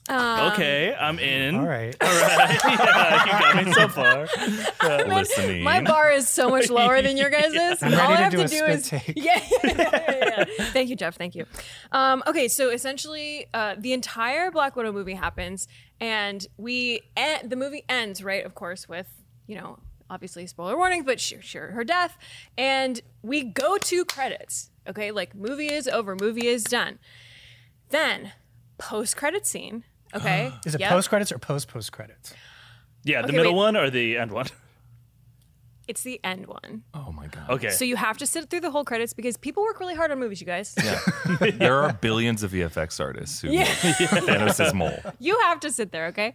S3: Um,
S1: okay, I'm in.
S4: All right.
S1: yeah, you got me so far. Uh,
S2: Listening.
S3: My bar is so much lower than your guys' is.
S4: I'm ready
S3: All I
S4: to
S3: have
S4: do
S3: to
S4: a
S3: do
S4: spit
S3: is
S4: take.
S3: Yeah, yeah, yeah, yeah. Thank you, Jeff. Thank you. Um, okay, so essentially, uh, the entire Black Widow movie happens, and we en- the movie ends right, of course, with you know obviously spoiler warnings, but sure, sure, her death, and we go to credits. Okay, like movie is over, movie is done. Then post credit scene. Okay,
S4: Is it
S3: Yep.
S4: post credits or post post credits?
S1: Yeah, the
S3: Okay,
S1: middle
S3: wait.
S1: one or the end one?
S3: It's the end one.
S2: oh my god.
S1: Okay.
S3: So you have to sit through the whole credits because people work really hard on movies, you guys.
S2: There are billions of VFX artists who
S3: Yeah.
S2: Thanos is mole.
S3: You have to sit there, okay?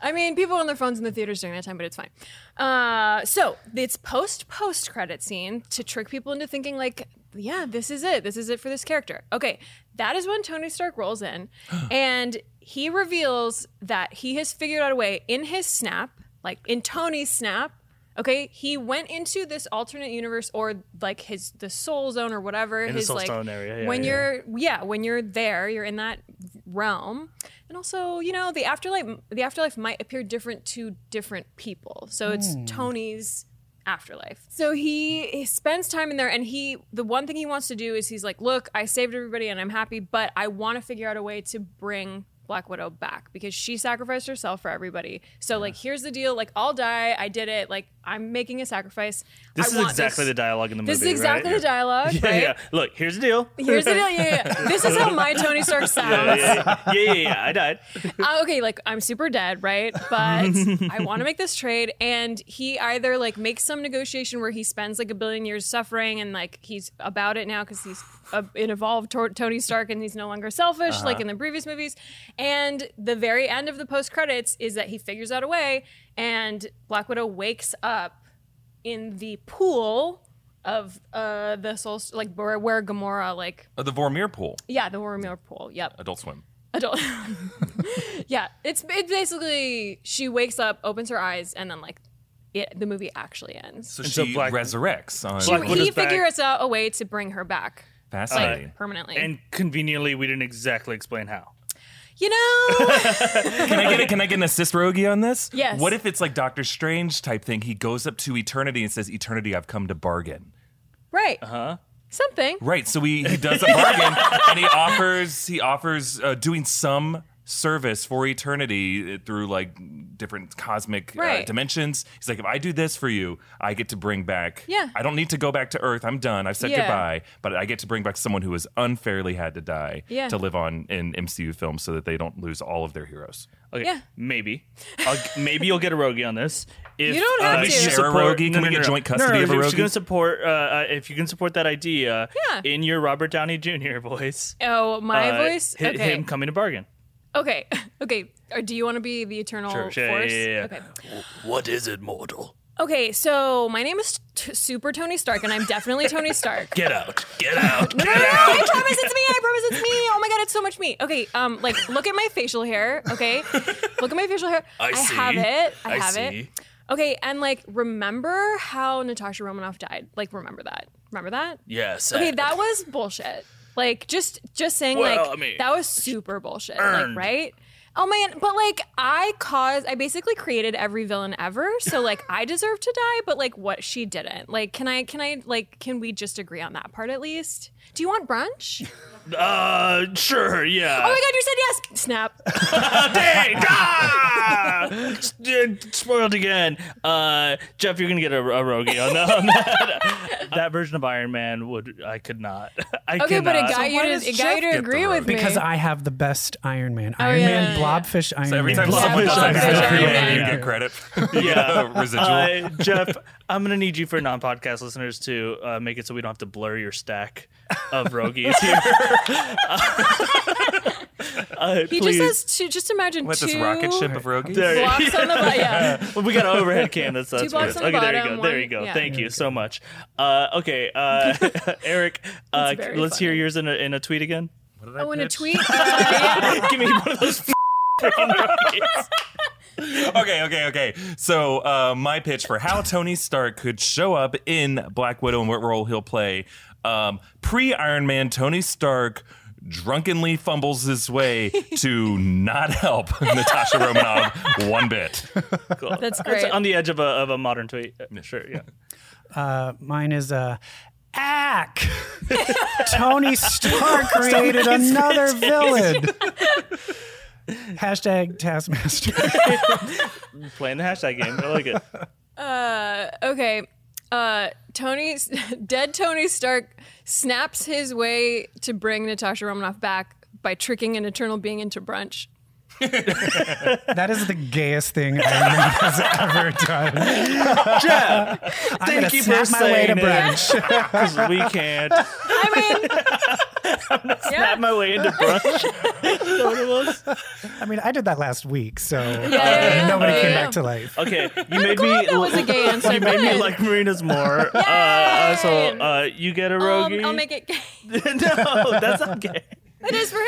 S3: I mean, people were on their phones in the theaters during that time, but it's fine. Uh, so it's post post credit scene to trick people into thinking like, yeah, this is it. This is it for this character. Okay, that is when Tony Stark rolls in, and he reveals that he has figured out a way in his snap, like in Tony's snap. Okay, he went into this alternate universe or like his the soul zone or whatever.
S1: the
S3: his
S1: soul
S3: like
S1: stone area, yeah,
S3: when
S1: yeah.
S3: you're you're- yeah when you're there you're in that realm and also you know the afterlife the afterlife might appear different to different people so it's
S1: Hmm.
S3: tony's afterlife so he, he spends time in there and he the one thing he wants to do is he's like look i saved everybody and i'm happy but i want to figure out a way to bring black widow back because she sacrificed herself for everybody so like here's the deal like i'll die i did it like i'm making a sacrifice
S1: this
S3: I
S1: is
S3: want
S1: exactly
S3: this.
S1: the dialogue in the
S3: this
S1: movie.
S3: is exactly
S1: right?
S3: the dialogue
S1: Yeah,
S3: right
S1: yeah. Look, here's the deal.
S3: Here's the deal. Yeah, yeah, yeah. This is how my Tony Stark
S1: yeah,
S3: sounds.
S1: yeah, yeah, yeah, yeah, I died.
S3: Uh, okay, like I'm super dead, right? But I want to make this trade, and he either like makes some negotiation where he spends like a billion years suffering, and like he's about it now because he's uh, an evolved to- Tony Stark, and he's no longer selfish
S1: Uh-huh.
S3: like in the previous movies. And the very end of the post credits is that he figures out a way, and Black Widow wakes up in the pool of uh the soul like where, where Gamora like
S2: Uh, the Vormir pool,
S3: yeah the Warhammer pool yep
S2: Adult Swim.
S3: adult yeah it's it basically she wakes up opens her eyes and then like it, the movie actually ends
S2: So
S1: And
S2: she
S1: so Black-
S2: resurrects on
S1: Black Widow's
S3: he
S1: back.
S3: figures out a way to bring her back
S2: fascinating.
S3: permanently
S1: And conveniently, we didn't exactly explain how.
S3: you know
S2: Can I get a, can I get an assist rogi on this?
S3: Yes.
S2: What if it's like Doctor Strange type thing? He goes up to eternity and says, "Eternity, I've come to bargain."
S3: right uh-huh something
S2: Right. So he, he does a bargain and he offers he offers uh, doing some service for eternity uh, through like different cosmic uh,
S3: Right.
S2: dimensions. He's like, if I do this for you, I get to bring back.
S3: Yeah.
S2: I don't need to go back to Earth. I'm done. I've said
S3: Yeah.
S2: goodbye. But I get to bring back someone who has unfairly had to die
S3: Yeah.
S2: to live on in MCU films, so that they don't lose all of their heroes.
S1: Okay,
S3: Yeah.
S1: maybe. I'll, maybe you'll get a rogi on this. If,
S3: You don't have
S1: uh,
S3: to.
S1: you
S3: Share a
S2: rogi? Can we get joint custody
S1: no,
S2: of
S1: if
S2: a
S1: you're
S2: rogi?
S1: gonna support, uh, uh, if you can support that idea,
S3: Yeah.
S1: in your Robert Downey Jr. voice,
S3: oh my
S1: uh,
S3: voice
S1: hi-
S3: okay
S1: him coming to bargain.
S3: okay okay or do you want to be the eternal
S1: Sure,
S3: force
S1: sure, yeah, yeah, yeah.
S3: okay
S1: What is it, mortal?
S3: okay so my name is t- super tony stark and i'm definitely tony stark
S1: Get out! Get out!
S3: No, no, no, I promise it's me. I promise it's me. Oh my god, it's so much me. Okay, um, like look at my facial hair. Okay, look at my facial hair. I, have it. I, have it. Okay, and like remember how Natasha Romanoff died? Like remember that? Remember that?
S1: Yes.
S3: Okay, that was bullshit. Like just just saying
S1: Well,
S3: like
S1: I mean,
S3: that was super bullshit.
S1: earned.
S3: Like right? Oh man, but like I caused, I basically created every villain ever. So like I deserve to die, but like what she didn't. Like can I, can I, like can we just agree on that part at least? Do you want brunch?
S1: Uh, sure, yeah.
S3: Oh my god, you said yes. Snap. Oh
S1: Dang! Ah! S- uh, Spoiled again. Uh, Jeff, you're gonna get a, a rogie on that. on that. That version of Iron Man would I could not. I
S3: Okay, but it
S1: cannot.
S3: got you
S2: why does
S3: to, it got
S2: Jeff
S3: you
S2: get
S3: to
S2: the
S3: agree
S2: road?
S3: with me.
S4: Because I have the best Iron Man. Iron
S3: Oh, yeah,
S4: Man,
S3: yeah, yeah.
S4: Blobfish, Iron
S2: So every
S4: Man.
S2: time someone
S3: Yeah,
S2: does
S3: Blobfish,
S2: something
S3: Iron
S2: creative,
S3: Man.
S2: you get credit.
S1: Yeah.
S2: residual.
S1: Uh, Jeff, I'm gonna need you for non-podcast listeners to uh, make it so we don't have to blur your stack of rogies here. Uh,
S3: he
S1: please.
S3: just says two, just imagine
S2: What
S3: two
S2: this rocket ship of rogues?
S1: There-
S3: blocks on the yeah.
S1: Well, we got an overhead can. That's that's
S3: blocks
S1: weird.
S3: on the
S1: okay. there you
S3: bottom,
S1: go. There
S3: one-
S1: you go.
S3: yeah.
S1: Thank you so much. Uh, okay, uh, Eric. Uh,
S3: That's very
S1: let's hear
S3: funny.
S1: yours in a, in a tweet again.
S3: Oh, in a tweet. Uh, yeah.
S1: Give me one of those. freaking rockets.
S2: okay, okay, okay. So uh, my pitch for how Tony Stark could show up in Black Widow and what role he'll play. Um, Pre Iron Man, Tony Stark drunkenly fumbles his way to not help Natasha Romanoff one bit.
S1: Cool.
S3: That's
S1: It's
S3: great.
S1: on the edge of a of a modern tweet. Uh, Sure. Yeah.
S4: Mine is a. Ack! Tony Stark created another villain. Hashtag Taskmaster.
S1: Playing the hashtag game. I like it.
S3: Okay. Uh, Tony, dead Tony Stark snaps his way to bring Natasha Romanoff back by tricking an eternal being into brunch.
S4: That is the gayest thing Iron Man has ever done.
S1: Jeff,
S4: I'm gonna
S1: thank you
S4: snap
S1: for
S4: my way to
S1: saying it.
S4: brunch.
S1: because we can't
S3: I mean,
S1: snap my way into brunch.
S4: I mean, I did that last week, so
S3: yeah, yeah.
S4: nobody
S3: Yeah,
S4: came
S3: yeah.
S4: back to life.
S1: Okay, you made me.
S3: that was a gay answer.
S1: You made me
S3: Good.
S1: like marinas more. Uh, uh, so
S3: Yay!
S1: uh, you get a
S3: um,
S1: rogie.
S3: I'll make it.
S1: no, that's not gay.
S3: It is for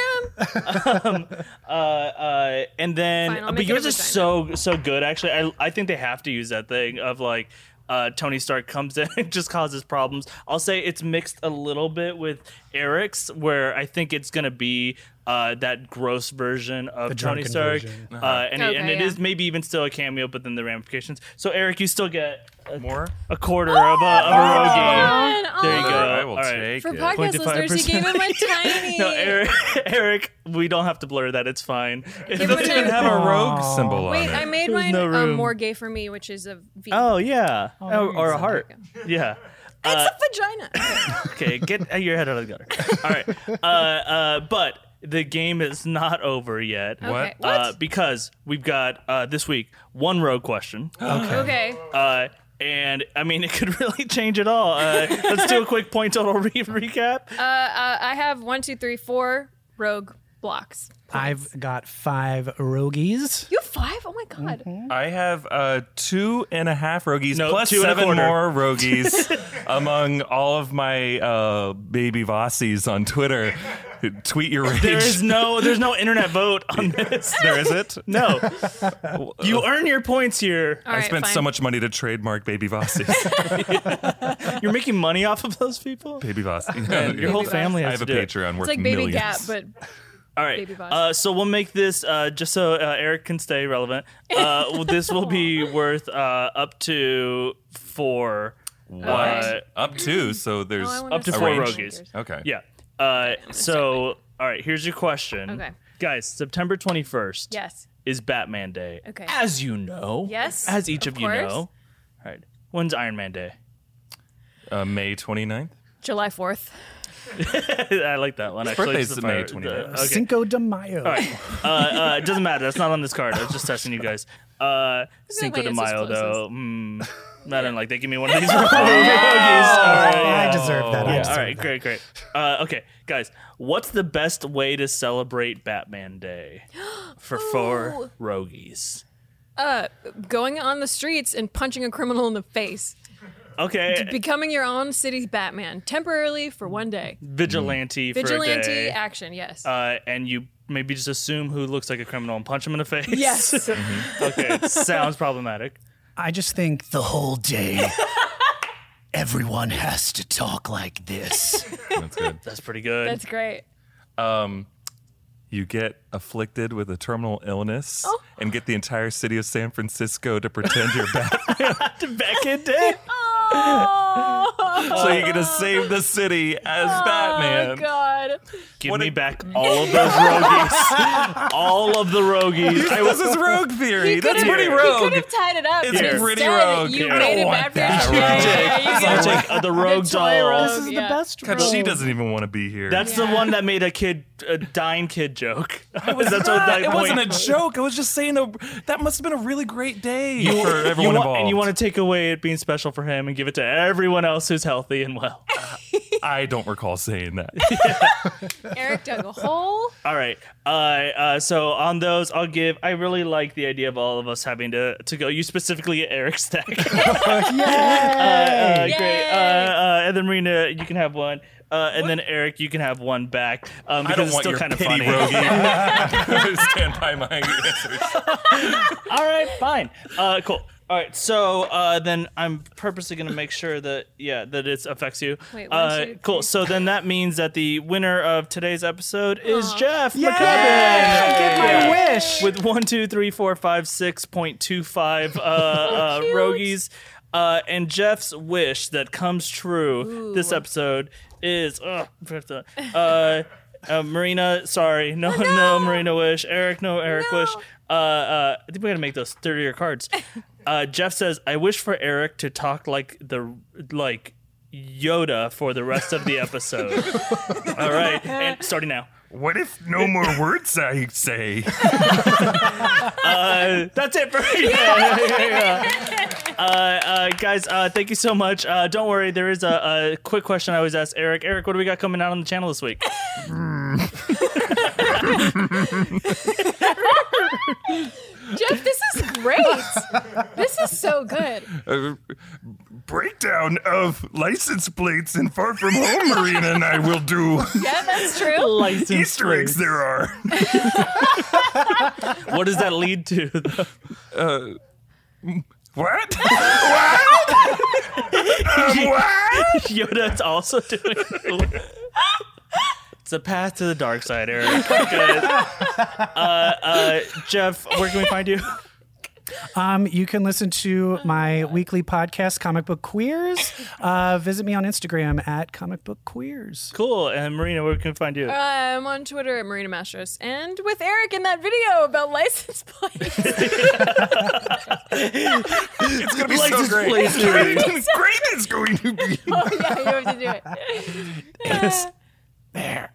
S3: him.
S1: Uh, uh, and then,
S3: Fine, I'll
S1: but
S3: make it
S1: yours
S3: a
S1: is so so good. Actually, I I think they have to use that thing of like. Uh, Tony Stark comes in and just causes problems. I'll say it's mixed a little bit with Eric's, where I think it's going to be uh, that gross version of Tony
S4: The drunken
S1: Stark.
S4: version. Uh-huh.
S1: Uh, and, it, and
S3: Okay,
S1: it
S3: yeah.
S1: is maybe even still a cameo, but then the ramifications. So, Eric, you still get a,
S2: More?
S1: a quarter of a,
S3: Oh,
S1: of a rogie.
S3: Man,
S1: There you
S3: aw.
S1: go.
S2: I will
S1: All right.
S2: take
S3: For
S2: it.
S3: podcast listeners, he gave him a tiny.
S1: No, Eric, Eric, we don't have to blur that. It's fine. It
S3: Give
S2: It doesn't
S1: doesn't
S3: it
S2: even
S3: to-
S2: have a rogue
S4: Aw.
S2: symbol on
S3: Wait,
S2: it.
S3: I made
S1: There's
S3: mine
S1: no
S3: um,
S1: room.
S3: more gay for me, which is a V.
S1: Oh uh, yeah, or, or a heart.
S3: There
S1: Yeah.
S3: it's a vagina.
S1: Okay, get your head out of the gutter. All right. Uh, uh, but the game is not over yet.
S2: What?
S3: Okay. What?
S1: Uh, because we've got uh, this week one rogue question.
S3: okay.
S1: Uh, and I mean, it could really change it all. Uh, let's do a quick point total re- recap.
S3: I have one, two, three, four rogue blocks.
S4: I've got five rogies.
S3: You have five? Oh my
S1: Mm-hmm.
S3: god.
S2: I have uh, two and a half rogies
S1: No,
S2: plus
S1: two and a
S2: seven
S1: quarter.
S2: more rogies among all of my uh, baby vossies on Twitter. Tweet your rage.
S1: there is no, there's no internet vote on this.
S2: there is it.
S1: No, you earn your points here.
S3: All
S2: I
S3: right,
S2: spent so
S3: fine.
S2: much money to trademark baby vossies.
S1: You're making money off of those people.
S2: baby vossies.
S1: Your whole family
S2: I
S1: has
S2: have
S1: to
S2: a
S1: do it.
S2: Patreon worth
S3: It's like baby
S2: millions.
S3: gap, but
S1: All right.
S3: Baby boss.
S1: Uh, so we'll make this uh, just so uh, Eric can stay relevant. Uh, well, this will be worth uh, up to four.
S2: What?
S1: Uh,
S2: up to so there's
S3: Oh, I wanna
S1: Up to
S3: see
S1: four
S3: my
S2: Arranged.
S1: rogues.
S3: fingers.
S2: okay.
S1: Yeah. Uh, so, all right. Here's your question.
S3: Okay.
S1: Guys, September 21st
S3: Yes.
S1: is Batman Day.
S3: Okay.
S1: As you know.
S3: Yes,
S1: As each
S3: of
S1: of, you
S3: course.
S1: know. All right. When's Iron Man Day?
S2: Uh, May 29th.
S3: July 4th.
S1: I like that one. actually.
S2: birthday's
S1: Just
S2: May
S1: fire-
S2: 29th.
S1: the- okay.
S4: Cinco de Mayo.
S1: uh, uh, it doesn't matter. That's not on this card. I was just testing you guys. Uh,
S3: like
S1: Cinco
S3: my
S1: de
S3: answer's
S1: Mayo,
S3: closest.
S1: though. Mm, I don't like that. Give me one of these. rogues. All right.
S4: Oh, I deserve that. I
S1: Yeah,
S4: deserve
S1: all right,
S4: that.
S1: great, great. Uh, okay, guys, what's the best way to celebrate Batman Day for four rogues?
S3: Going on the streets and punching a criminal in the face.
S1: Okay,
S3: Becoming your own city's Batman temporarily for one day.
S1: vigilante for a
S3: Vigilante
S1: day,
S3: action, yes.
S1: uh, and you maybe just assume who looks like a criminal and punch him in the face.
S3: yes.
S1: okay, sounds problematic.
S4: I just think the whole day.
S5: Everyone has to talk like this.
S2: That's good.
S1: That's pretty good.
S3: That's great.
S2: Um, you get afflicted with a terminal illness
S3: Oh.
S2: and get the entire city of San Francisco to pretend you're Batman.
S1: Back in day.
S3: Oh,
S2: so you're gonna save the city as Batman.
S3: God.
S1: Give
S2: What
S1: me
S2: a-
S1: back all of those roguies. all of the roguies. I
S2: This
S1: was
S2: is rogue theory.
S3: He
S2: That's
S3: could've-
S2: pretty
S3: He
S2: rogue.
S3: could have tied it up.
S2: It's
S3: but
S2: pretty
S3: instead,
S2: rogue.
S3: You
S2: Yeah, I don't
S3: made it
S2: want
S3: bad
S2: that
S3: for your yeah,
S2: rogue.
S3: yeah, yeah, you
S1: It's
S3: got
S1: like uh, the rogue
S3: the toy
S1: doll.
S3: rogue,
S1: This is
S3: yeah.
S2: God, she doesn't even want to be here.
S1: That's the one that made a kid, a dying kid joke. That's
S2: Ah,
S1: what that
S2: it wasn't a
S1: point-
S2: joke. I was just saying a, that must have been a really great day for
S1: you
S2: everyone
S1: want,
S2: involved.
S1: And you want to take away it being special for him and give it to everyone else who's healthy and well.
S2: I don't recall saying that.
S3: Eric dug a hole.
S1: all right. Uh, uh, so on those, I'll give. I really like the idea of all of us having to to go. You specifically, Eric Stack. Uh,
S4: Yay!
S1: great.
S3: Yay.
S1: Uh, uh, and then Marina, you can have one. Uh, and then Eric, you can have one back um,
S2: I
S1: because
S2: don't
S1: it's
S2: want
S1: still
S2: your
S1: kind of
S2: pity,
S1: funny.
S2: Rogie. Stand by my answers.
S1: All right, fine. Uh, cool. All right, so uh, then I'm purposely going to make sure that yeah that it affects you.
S3: Wait, one,
S1: uh,
S3: two, three.
S1: cool. So then that means that the winner of today's episode is Jeff
S4: Yay! I
S1: McCubbin
S4: get my
S1: Yeah.
S4: wish.
S1: with one, two, three, four, five, six point two five uh, uh, rogies. Uh, and Jeff's wish that comes true this epiode is uh, uh, uh, Marina. Sorry, no, no, Marina wish. Eric, no, Eric wish. Uh, uh, I think we gotta make those thirtier cards. Uh, Jeff says, "I wish for Eric to talk like the like Yoda for the rest of the episode." All right, and starting now.
S2: What if no more words I say?
S1: Uh, that's it for yeah, yeah, yeah. Uh, uh, guys, uh, thank you so much. Uh, don't worry, there is a, a quick question I always ask Eric. Eric, what do we got coming out on the channel this week?
S3: Jeff, this is great. this is so good.
S2: Uh, breakdown of license plates in Far From Home Marina and I will do
S3: Yeah, that's true.
S1: License
S2: Easter eggs
S1: plates.
S2: there are.
S1: What does that lead to?
S2: What? what? um, what?
S1: Yoda's also doing. it's a path to the dark side, Eric. Good. Uh, uh, Jeff, where can we find you?
S4: Um, you can listen to my weekly podcast, Comic Book Queers. Uh, visit me on Instagram at Comic Book Queers.
S1: Cool. And Marina, where can we find you?
S3: I'm on Twitter at Marina Mastros and with Eric in that video about license plates.
S2: It's gonna be
S1: License
S2: so great.
S1: plates,
S2: great. great it's going to be.
S3: oh, yeah, you have to do it.
S2: There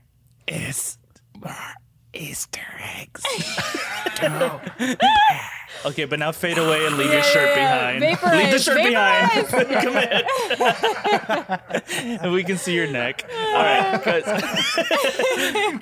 S2: is more Easter eggs.
S1: Okay, but now fade away and leave
S3: Yeah,
S1: your shirt
S3: yeah,
S1: behind.
S3: yeah. Vaporize,
S1: leave the shirt
S3: vaporize.
S1: behind. Come in. and we can see your neck. All right, guys.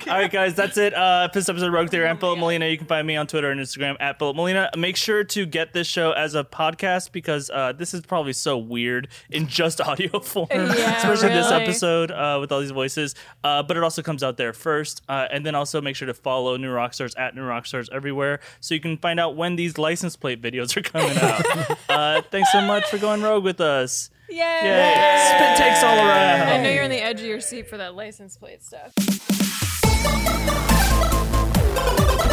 S1: All right, guys. That's it. Uh, for this episode of Rogue Theory. I'm Philip Molina. You can find me on Twitter and Instagram at Philip Molina. Make sure to get this show as a podcast because uh, this is probably so weird in just audio form,
S3: Yeah,
S1: especially this
S3: really.
S1: episode episode, uh, with all these voices, uh, but it also comes out there first. Uh, and then also make sure to follow New Rockstars at New Rockstars everywhere so you can find out when these license plate videos are coming out. uh, thanks so much for going rogue with us.
S3: Yay.
S1: Yay. Spit takes all around.
S3: I know you're on the edge of your seat for that license plate stuff.
S6: Thank you.